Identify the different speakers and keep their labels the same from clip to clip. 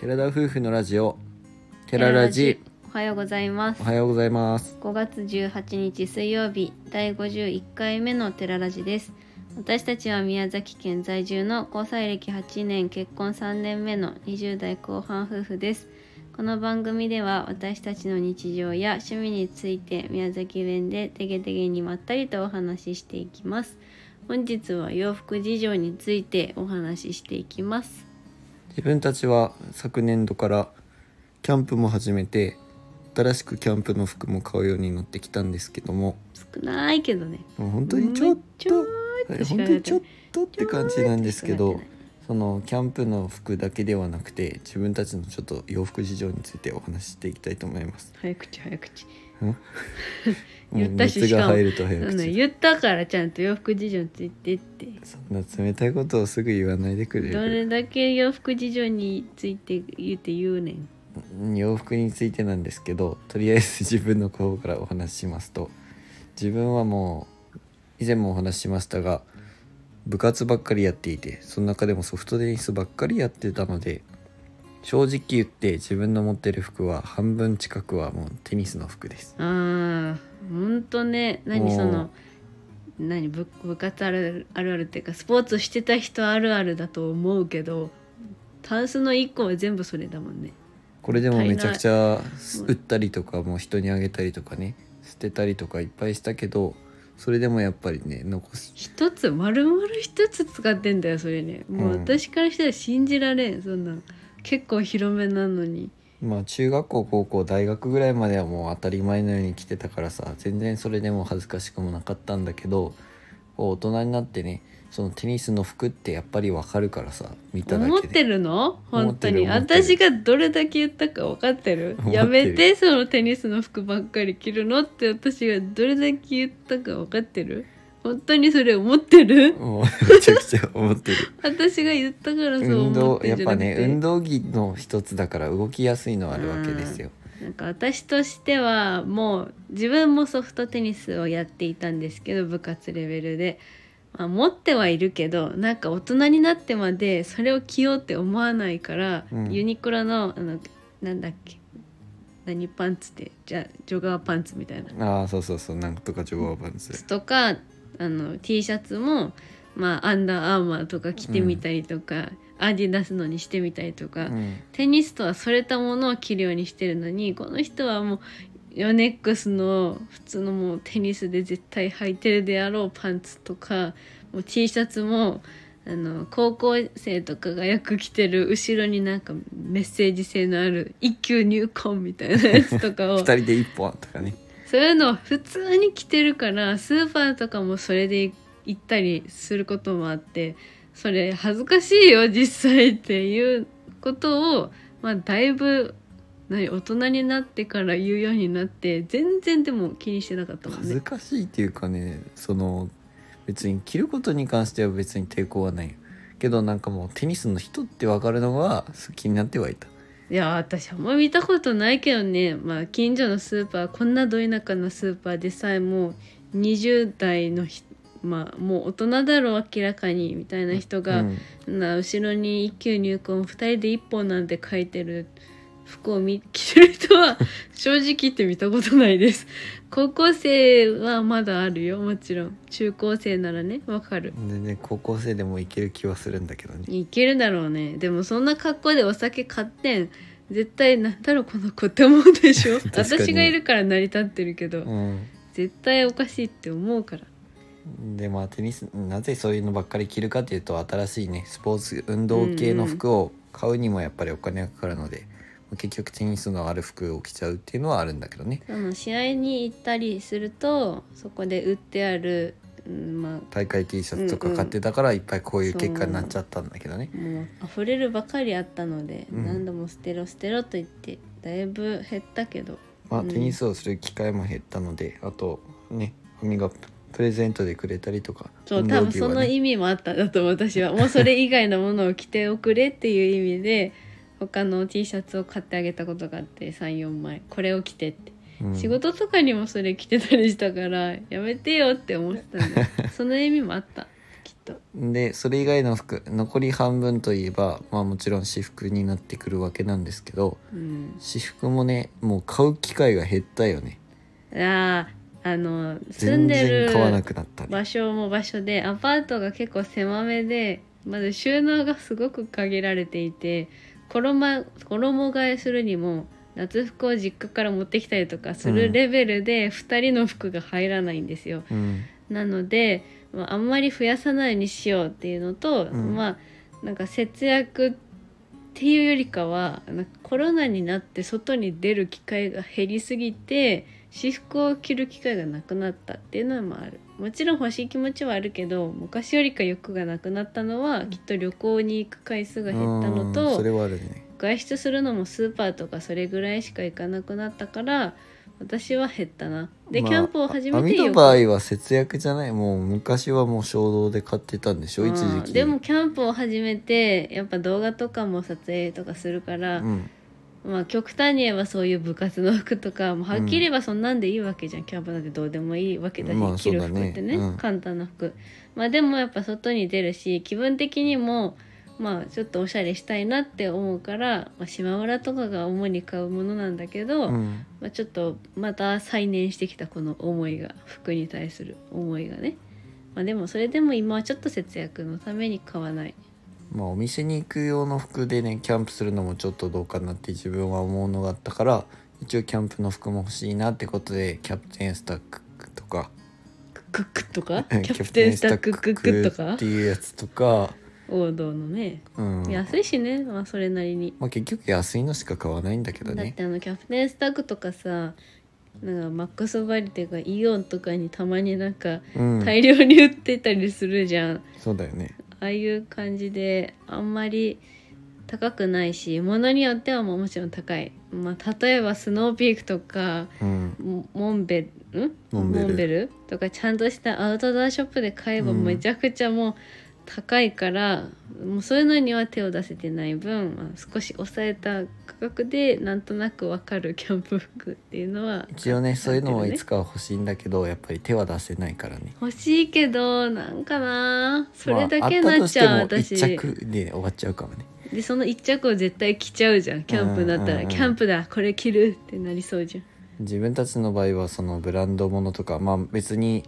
Speaker 1: 寺田夫婦のラジオ寺ラジ
Speaker 2: おはようございます
Speaker 1: おはようございます
Speaker 2: 5月18日水曜日第51回目のテララジです私たちは宮崎県在住の交際歴8年結婚3年目の20代後半夫婦ですこの番組では私たちの日常や趣味について宮崎弁でてげてげにまったりとお話ししていきます本日は洋服事情についてお話ししていきます
Speaker 1: 自分たちは昨年度からキャンプも始めて新しくキャンプの服も買うようになってきたんですけども
Speaker 2: 少ないけどね
Speaker 1: もう本当にちょっと
Speaker 2: め
Speaker 1: はい
Speaker 2: っちょーっとしか
Speaker 1: 本当
Speaker 2: やってない
Speaker 1: にちょっとって感じなんですけ
Speaker 2: ちょ
Speaker 1: ど
Speaker 2: っとしかやってない
Speaker 1: そのキャンプの服だけではなくて自分たちのちょっと洋服事情についてお話ししていきたいと思います
Speaker 2: 早口早口
Speaker 1: もう
Speaker 2: 言ったし
Speaker 1: 夏
Speaker 2: しか
Speaker 1: が
Speaker 2: も
Speaker 1: 入ると早
Speaker 2: うん
Speaker 1: 口
Speaker 2: 言ったからちゃんと洋服事情についてって
Speaker 1: そんな冷たいことをすぐ言わないでくれ
Speaker 2: ど
Speaker 1: る
Speaker 2: れだけ洋服事情について言うて言うねん
Speaker 1: 洋服についてなんですけどとりあえず自分の方からお話ししますと自分はもう以前もお話ししましたが部活ばっかりやっていてその中でもソフトテニスばっかりやってたので正直言って自分の持ってる服は半分近くはもうテニスの服です
Speaker 2: あーほんとね
Speaker 1: もう
Speaker 2: 何その何部部活あるあるあるっていうかスポーツしてた人あるあるだと思うけどタンスの1個は全部それだもんね
Speaker 1: これでもめちゃくちゃ売ったりとかもう人にあげたりとかね捨てたりとかいっぱいしたけどそれでもやっぱりね残す
Speaker 2: 一つ丸々一つ使ってんだよそれねもう
Speaker 1: うん
Speaker 2: 私からしたら信じられんそんなん結構広めなのに
Speaker 1: まあ中学校高校大学ぐらいまではもう当たり前のように来てたからさ全然それでも恥ずかしくもなかったんだけどこう大人になってねそのテニスの服ってやっぱりわかるからさ見ただ
Speaker 2: 思っ
Speaker 1: けで
Speaker 2: てるの
Speaker 1: 思っ
Speaker 2: 本
Speaker 1: て
Speaker 2: 当
Speaker 1: る
Speaker 2: に
Speaker 1: 思ってる
Speaker 2: 私がどれだけ言ったか分かってる
Speaker 1: 思ってる
Speaker 2: やめてそのテニスの服ばっかり着るのって私がどれだけ言ったか分かってる本当にそれ思ってる
Speaker 1: もうめちゃくちゃ思ってる
Speaker 2: 私が言ったから そう
Speaker 1: 運
Speaker 2: 思っ
Speaker 1: 動
Speaker 2: て
Speaker 1: や
Speaker 2: る
Speaker 1: っ
Speaker 2: じゃ
Speaker 1: ぱ
Speaker 2: なくて
Speaker 1: ね運動着の一つだから動きやすいのはあるわけですよ
Speaker 2: なんか私としてはもう自分もソフトテニスをやっていたんですけど部活レベルで、まあ、持ってはいるけどなんか大人になってまでそれを着ようって思わないから、
Speaker 1: うん
Speaker 2: ユニクロのあのなんだっけ何パンツってじゃジョガーパンツみたいな
Speaker 1: ああそうそうそうなんとかジョガーパンツ
Speaker 2: とかあの T シャツも、まあ、アンダーアーマーとか着てみたりとか、アディダスのにしてみたりとか。
Speaker 1: うん
Speaker 2: テニスとはそれたものを着るようにしてるのにこの人はもうヨネックスの普通のもうテニスで絶対履いてるであろうパンツとかもう T シャツもあの高校生とかがよく着てる後ろになんかメッセージ性のある「一級入魂」みたいなやつとか
Speaker 1: 二
Speaker 2: を
Speaker 1: 人で一本とかね
Speaker 2: そういうのを普通に着てるからスーパーとかもそれで行ったりすることもあってそれ恥ずかしいよ実際っていうことを、まあ、だいぶ何大人になってから言うようになって全然でも気にしてなかったもん
Speaker 1: 恥ず
Speaker 2: ね。
Speaker 1: かしいっていうかねその別に着ることに関しては別に抵抗はないよけどなんかもうテニスの人って分かるのが気になってはいた
Speaker 2: いや私あんま見たことないけどね、まあ、近所のスーパーこんなど田舎のスーパーでさえもう20代のひ、まあ、もう大人だろう明らかにみたいな人が。
Speaker 1: うん
Speaker 2: な後ろに一級入魂二人で一本なんて書いてる服を見着てる人 は正直言って見たことないです高校生はまだあるよもちろん中高生ならねわかる
Speaker 1: 全然高校生でもいける気はするんだけどね
Speaker 2: いけるだろうねでもそんな格好でお酒買ってん絶対なんだろうこの子って思うでしょ
Speaker 1: 確かに
Speaker 2: 私がいるから成り立ってるけど、
Speaker 1: う
Speaker 2: 絶対おかしいって思うから
Speaker 1: んでまあテニスなぜそういうのばっかり着るかっていうと新しいねスポーツ運動系の服を買うにもやっぱりお金がかかるので、結局テニスのある服を着ちゃうっていうのはあるんだけどね
Speaker 2: その試合に行ったりするとそこで売ってある、うん、まあ
Speaker 1: 大会 T シャツとか買ってたからいっぱいこういう結果になっちゃったんだけどね、
Speaker 2: もう溢れるばかりあったので、
Speaker 1: うん
Speaker 2: 何度も捨てろ捨てろと言ってだいぶ減ったけど
Speaker 1: まあ、
Speaker 2: うん
Speaker 1: テニスをする機会も減ったので、あとね紙がプレゼントでくれたりとか
Speaker 2: そう、
Speaker 1: 運動
Speaker 2: 多分
Speaker 1: 着
Speaker 2: そ
Speaker 1: は
Speaker 2: の
Speaker 1: ね
Speaker 2: 意味もあったんだと思う私 はもうそれ以外のものを着ておくれっていう意味で他の T シャツを買ってあげたことがあって34枚これを着てって、
Speaker 1: うん
Speaker 2: 仕事とか にもそれ着てたりしたからやめてよって思ってたんでその意味もあったきっと
Speaker 1: でそれ以外の服残り半分といえばまあもちろん私服になってくるわけなんですけど
Speaker 2: うん
Speaker 1: 私服もねもう買う機会が減ったよね
Speaker 2: あーあの住
Speaker 1: 全
Speaker 2: んでる
Speaker 1: 然買わなくなったね
Speaker 2: 場所も場所でアパートが結構狭めでまず収納がすごく限られていて衣衣替えするにも夏服を実家から持ってきたりとかす
Speaker 1: う
Speaker 2: る
Speaker 1: ん
Speaker 2: レベルで2人の服が入らないんですよ。
Speaker 1: うん
Speaker 2: なので、まあ、あんまり増やさないようにしようっていうのと、
Speaker 1: ん
Speaker 2: まあなんか節約っていうよりかはなんかコロナになって外に出る機会が減りすぎて私服を着る機会がなくなったっていうのもあるもちろん欲しい気持ちはあるけど昔よりか欲がなくなったのはきっと旅行に行く回数が減ったの
Speaker 1: うんそ
Speaker 2: と
Speaker 1: れはあるね
Speaker 2: 外出するのもスーパーとかそれぐらいしか行かなくなったから私は減ったな。で、
Speaker 1: まあ
Speaker 2: キャンプを始めて
Speaker 1: 網の
Speaker 2: よ
Speaker 1: 場合は節約じゃないもう昔はもう衝動で買ってたんでしょ一
Speaker 2: う
Speaker 1: 時
Speaker 2: ん
Speaker 1: 期
Speaker 2: でもキャンプを始めてやっぱ動画とかも撮影とかするから、
Speaker 1: うん
Speaker 2: まあ極端に言えばそういう部活の服とかもうはっきり言えばそんなんでいいわけじゃん、キャンプなんてどうでもいいわけだし、
Speaker 1: まあ
Speaker 2: 着る
Speaker 1: そうだ
Speaker 2: 服
Speaker 1: ね
Speaker 2: ってね、
Speaker 1: うん
Speaker 2: 簡単な服まあでもやっぱ外に出るし気分的にもまあちょっとおしゃれしたいなって思うから、まあ、島村とかが主に買うものなんだけど、
Speaker 1: うん
Speaker 2: まあ、ちょっとまた再燃してきたこの思いが服に対する思いがね、まあ、でもそれでも今はちょっと節約のために買わない
Speaker 1: まあお店に行く用の服でねキャンプするのもちょっとどうかなって自分は思うのがあったから一応キャンプの服も欲しいなってことでキャプテンスタックとか
Speaker 2: クックック とか
Speaker 1: キ
Speaker 2: キャプテンスタックク
Speaker 1: ャ
Speaker 2: ックと
Speaker 1: プテンスタック
Speaker 2: か
Speaker 1: っていうやつとか、
Speaker 2: 王道のね
Speaker 1: うん
Speaker 2: 安いしね、まあ、それなりに、
Speaker 1: まあ、結局安いのしか買わないんだけど
Speaker 2: だっ
Speaker 1: ね
Speaker 2: てあのキャプテンスタックとかさなんかマックスバリっていうかイオンとかにたまになんか
Speaker 1: うん
Speaker 2: 大量に売ってたりするじゃん、
Speaker 1: そうだよね
Speaker 2: ああいう感じであんまり高くないし物によってはもうもちろん高い、まあ、例えばスノーピークとか
Speaker 1: うん
Speaker 2: モモンベん
Speaker 1: モンベル
Speaker 2: ルとかちゃんとしたアウトドアショップで買えば
Speaker 1: うん
Speaker 2: めちゃくちゃもう高いから、もうそういうのには手を出せてない分、まあ少し抑えた価格でなんとなくわかるキャンプ服っていうのは
Speaker 1: 一応ねそういうのもいつ
Speaker 2: か
Speaker 1: かは欲しいんだけどやっぱり手は出せないからね
Speaker 2: 欲しいけどなんかなそれだけ
Speaker 1: まあ
Speaker 2: なっちゃう、
Speaker 1: あったとして
Speaker 2: 私
Speaker 1: も一着で終わっちゃうかもね
Speaker 2: でその一着を絶対着ちゃうじゃんキャンプだった
Speaker 1: うんうんう
Speaker 2: ら
Speaker 1: ん
Speaker 2: キャンプだこれ着るってなりそうじゃん
Speaker 1: 自分たちの場合はそのブランドものとかまあ別に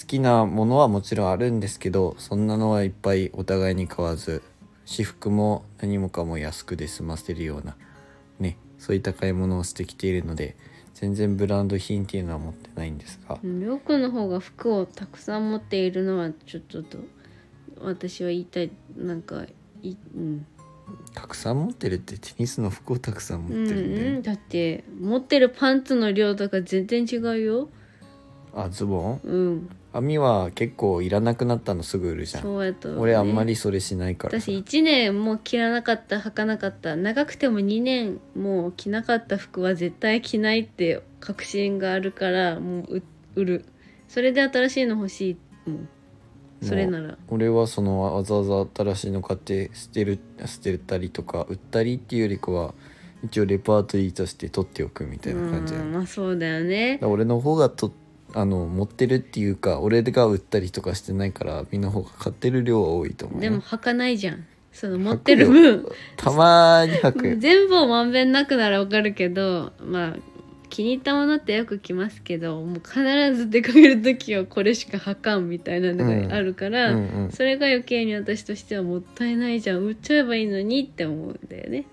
Speaker 1: 好きなものはもちろんあるんですけどそんなのはいっぱいお互いに買わず私服も何もかも安くで済ませるようなねそういった買い物をしてきているので全然ブランド品っていうのは持ってないんですが
Speaker 2: うんりょうくんの方が服をたくさん持っているのはちょっとと私は言いたいなんかい、うん
Speaker 1: たくさん持ってるってテニスの服をたくさん
Speaker 2: う
Speaker 1: 持
Speaker 2: ん
Speaker 1: ってるんだよ
Speaker 2: う
Speaker 1: ね
Speaker 2: ん、だって持ってるパンツの量とか全然違うよ
Speaker 1: あズボン
Speaker 2: うん
Speaker 1: 編みは結構いらなくなったのすぐ売るじゃん
Speaker 2: そうやと、ね、
Speaker 1: 俺あんまりそれしないから
Speaker 2: 私1年もう着らなかった履かなかった長くても2年もう着なかった服は絶対着ないって確信があるからもうう売るそれで新しいの欲しいもんそれなら
Speaker 1: 俺はそのわざわざ新しいの買って捨てる捨てたりとか売ったりっていうよりかは一応レパートリーとして取っておくみたいな感じだ,、
Speaker 2: う
Speaker 1: ね、だ
Speaker 2: ん
Speaker 1: か
Speaker 2: まあそうだよね
Speaker 1: ら俺の方がとあの持ってるっていうか俺が売ったりとかしてないからみんな方が買ってる量は多いと思うよ
Speaker 2: でも履かないじゃんそ
Speaker 1: 履
Speaker 2: の
Speaker 1: く
Speaker 2: 持
Speaker 1: よ
Speaker 2: ってる分
Speaker 1: たまーに履くよ
Speaker 2: 全部をまんべんなくならわかるけどまあ気に入ったものってよく着ますけどもう必ず出かける時はこれしか履かんみたいなのがあるから、
Speaker 1: うんうん
Speaker 2: それが余計に私としてはもったいないじゃん売っちゃえばいいのにって思うんだよね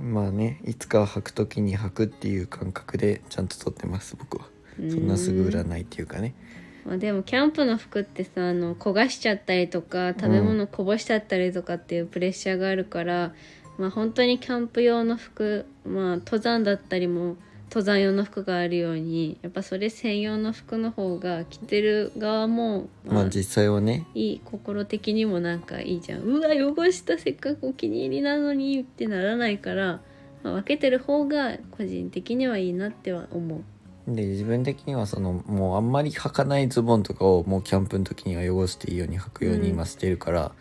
Speaker 1: まあねいつかは履く時に履くっていう感覚でちゃんと取ってます僕はそんなすぐ売ら
Speaker 2: い、
Speaker 1: ないっていうかね
Speaker 2: まあ、でもキャンプの服ってさあの焦がしちゃったりとか食べ物こぼしちゃったりとかっていうプレッシャーがあるから、まあ本当にキャンプ用の服まあ登山だったりも登山用の服があるようにやっぱそれ専用の服の方が着てる側も、
Speaker 1: まあ実際はね
Speaker 2: いい心的にもなんかいいじゃんうわ汚したせっかくお気に入りなのにってならないから、まあ、分けてる方が個人的にはいいなっては思う
Speaker 1: で自分的にはそのもうあんまり履かないズボンとかをもうキャンプの時には汚していいように履くように今してるから、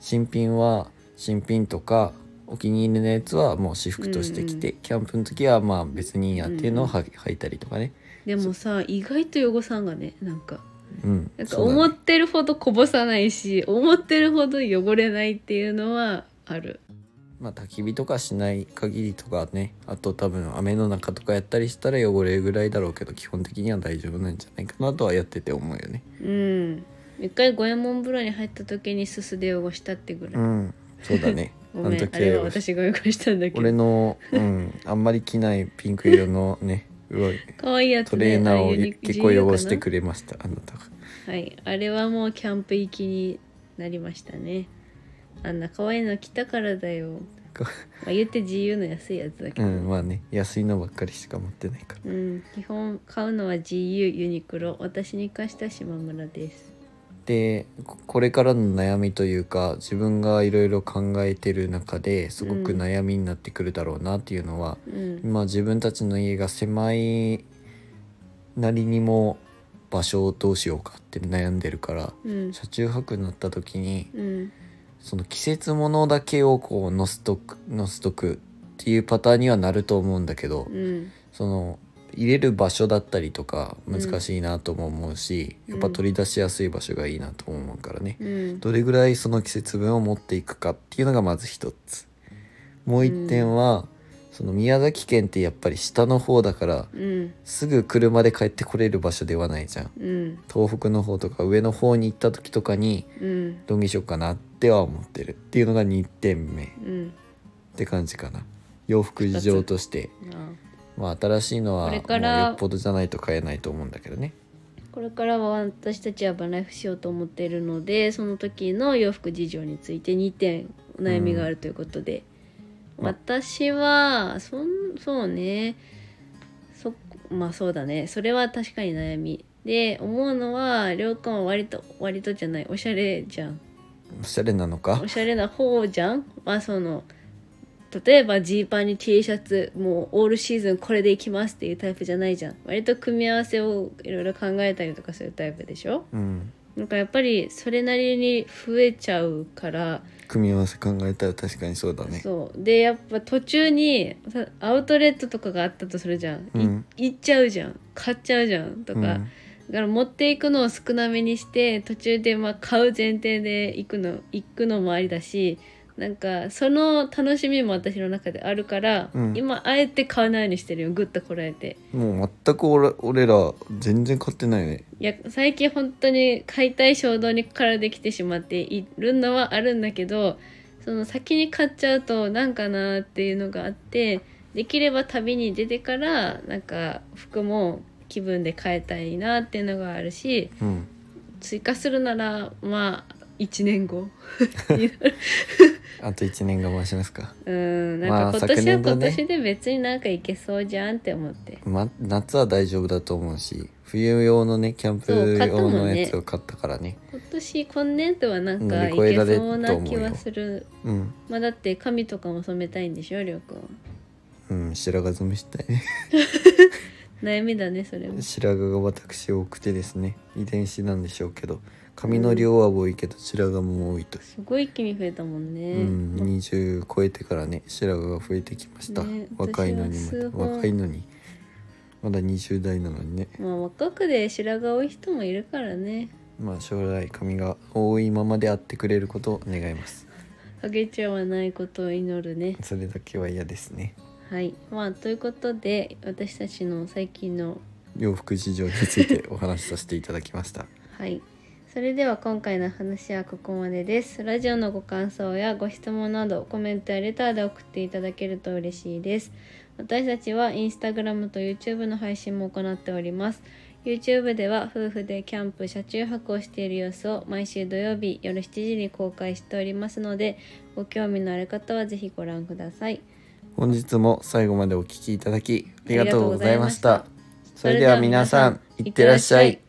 Speaker 1: 新品は新品とかお気に入りのやつはもう私服として着て、キャンプの時はまあ別にいいやっていうのをは履いたりとかね、
Speaker 2: でもさ意外と汚さんがねなんか
Speaker 1: うん
Speaker 2: なんか
Speaker 1: そうだね
Speaker 2: 思ってるほどこぼさないし、思ってるほど汚れないっていうのはある
Speaker 1: まあ焚き火とかしない限りとかねあと多分雨の中とかやったりしたら汚れぐらいだろうけど基本的には大丈夫なんじゃないかなとはやってて思うよね
Speaker 2: うん一回五右衛門風呂に入った時にすすで汚したってぐ
Speaker 1: う
Speaker 2: らい、
Speaker 1: んそうだね
Speaker 2: ごめ
Speaker 1: あの
Speaker 2: ん
Speaker 1: 時
Speaker 2: あ
Speaker 1: は
Speaker 2: れは私が汚したんだけ
Speaker 1: 俺
Speaker 2: ど
Speaker 1: の、うん、あんまり着ないピンク色のねうわ
Speaker 2: 可愛いやつ、
Speaker 1: ト
Speaker 2: ね、
Speaker 1: レーナー
Speaker 2: あ
Speaker 1: を
Speaker 2: あいう
Speaker 1: 結構汚して
Speaker 2: る
Speaker 1: くれましたあなたが
Speaker 2: はいあれはもうキャンプ行きになりましたねあんな可愛いの着たからだよ
Speaker 1: か
Speaker 2: まあ言って自由の安いやつだ け
Speaker 1: う
Speaker 2: ど、
Speaker 1: んまあね安いのばっかりしか持ってないから
Speaker 2: うん、基本買うのは GU ユニクロ私に貸した島村です
Speaker 1: でここれからの悩みというか自分がいろいろ考えてる中ですごく
Speaker 2: うん
Speaker 1: 悩みになってくるだろうなっていうのは、
Speaker 2: うん
Speaker 1: 今自分たちの家が狭いなりにも場所をどうしようかって悩んでるから
Speaker 2: うん
Speaker 1: 車中泊になった時に
Speaker 2: うん
Speaker 1: その季節物だけをこう載せとく載せとくっていうパターンにはなると思うんだけど、
Speaker 2: うん
Speaker 1: その入れる場所だったりとか
Speaker 2: うん
Speaker 1: 難しいなとも思うし、
Speaker 2: うん
Speaker 1: やっぱ取り出しやすい場所がいいなとも思うからね、
Speaker 2: うん
Speaker 1: どれぐらいその季節分を持っていくかっていうのがまず一つもう一点は、その宮崎県ってやっぱり下の方だから
Speaker 2: うん
Speaker 1: すぐ車で帰ってこれる場所ではないじゃん
Speaker 2: うん
Speaker 1: 東北の方とか上の方に行った時とかに
Speaker 2: うん
Speaker 1: どんぎしようかなっては思ってるっていうのが2点目っ
Speaker 2: うん
Speaker 1: て感じかな洋服事情として
Speaker 2: あ
Speaker 1: まあ新しいのは
Speaker 2: こ
Speaker 1: も
Speaker 2: れ
Speaker 1: う
Speaker 2: から
Speaker 1: よっぽどじゃないと買えないと思うんだけどね
Speaker 2: これからは私たちはバライフしようと思っているのでその時の洋服事情について2点お悩みがあるということで、
Speaker 1: うん
Speaker 2: 私はそんそうねそまあそうだねそれは確かに悩みで思うのはりょうくんは割と割とじゃないおしゃれじゃん
Speaker 1: おしゃれなのか
Speaker 2: おしゃれな方じゃんまあその例えばジーパンに T シャツもうオールシーズンこれでいきますっていうタイプじゃないじゃん割と組み合わせをいろいろ考えたりとかするタイプでしょ
Speaker 1: うん
Speaker 2: なんかやっぱりそれなりに増えちゃうから、
Speaker 1: 組み合わせ考えたら確かにそうだね
Speaker 2: そうでやっぱ途中にさアウトレットとかがあったとするじゃん、い
Speaker 1: うん
Speaker 2: 行っちゃうじゃん買っちゃうじゃんとか、
Speaker 1: うん
Speaker 2: だから持っていくのを少なめにして途中でまあ買う前提で行くの行くのもありだしなんかその楽しみも私の中であるから、
Speaker 1: うん
Speaker 2: 今あえて買わないようにしてるよグッとこらえて
Speaker 1: もう全く俺俺ら全然買ってないね
Speaker 2: いや最近本当に買いたい衝動にからできてしまっているのはあるんだけどその先に買っちゃうとなんかなっていうのがあってできれば旅に出てからなんか服も気分で変えたいなっていうのがあるし
Speaker 1: うん
Speaker 2: 追加するならまあ1年後
Speaker 1: あと1年我慢しますか
Speaker 2: うん
Speaker 1: ま
Speaker 2: な
Speaker 1: あ
Speaker 2: んか今年は
Speaker 1: 昨年度
Speaker 2: 今
Speaker 1: ね
Speaker 2: 年で別になんかいけそうじゃんって思って、
Speaker 1: ま、夏は大丈夫だと思うし冬用のねキャンプ
Speaker 2: そう買った
Speaker 1: 用
Speaker 2: もんね
Speaker 1: のやつを買ったからね
Speaker 2: 今年今年度はなんかい
Speaker 1: 乗り越
Speaker 2: け
Speaker 1: えられると
Speaker 2: そ
Speaker 1: 思
Speaker 2: う
Speaker 1: うよ
Speaker 2: な気はする
Speaker 1: うん
Speaker 2: まあだって髪とかも染めたいんでしょりょうくん
Speaker 1: うん白髪染めしたいね
Speaker 2: 悩みだねそれも
Speaker 1: 白髪が私多くてですね遺伝子なんでしょうけど髪の量は多いけど白髪も多いと
Speaker 2: すごい一気に増えたもんね、
Speaker 1: うん、20超えてからね白髪が増えてきました、
Speaker 2: ね
Speaker 1: 若いのに
Speaker 2: 私は数
Speaker 1: ま
Speaker 2: 本
Speaker 1: 若いのにまだ20代なのにね
Speaker 2: まあ若くで白髪多い人もいるからね
Speaker 1: まあ将来髪が多いままであってくれることを願います
Speaker 2: 影ちゃんはないことを祈るね
Speaker 1: それだけは嫌ですね
Speaker 2: はいまあということで私たちの最近の
Speaker 1: 洋服事情についてお話しさせていただきました
Speaker 2: はい。それでは今回の話はここまでです。ラジオのご感想やご質問などコメントやレターで送っていただけると嬉しいです。私たちはインスタグラムと YouTube の配信も行っております。YouTube では夫婦でキャンプ、車中泊をしている様子を毎週土曜日夜7時に公開しておりますので、ご興味のある方はぜひご覧ください。
Speaker 1: 本日も最後までお聞きいただきありがとうございまし
Speaker 2: ありが
Speaker 1: た
Speaker 2: とうございま
Speaker 1: それでは皆さんいってらっしゃい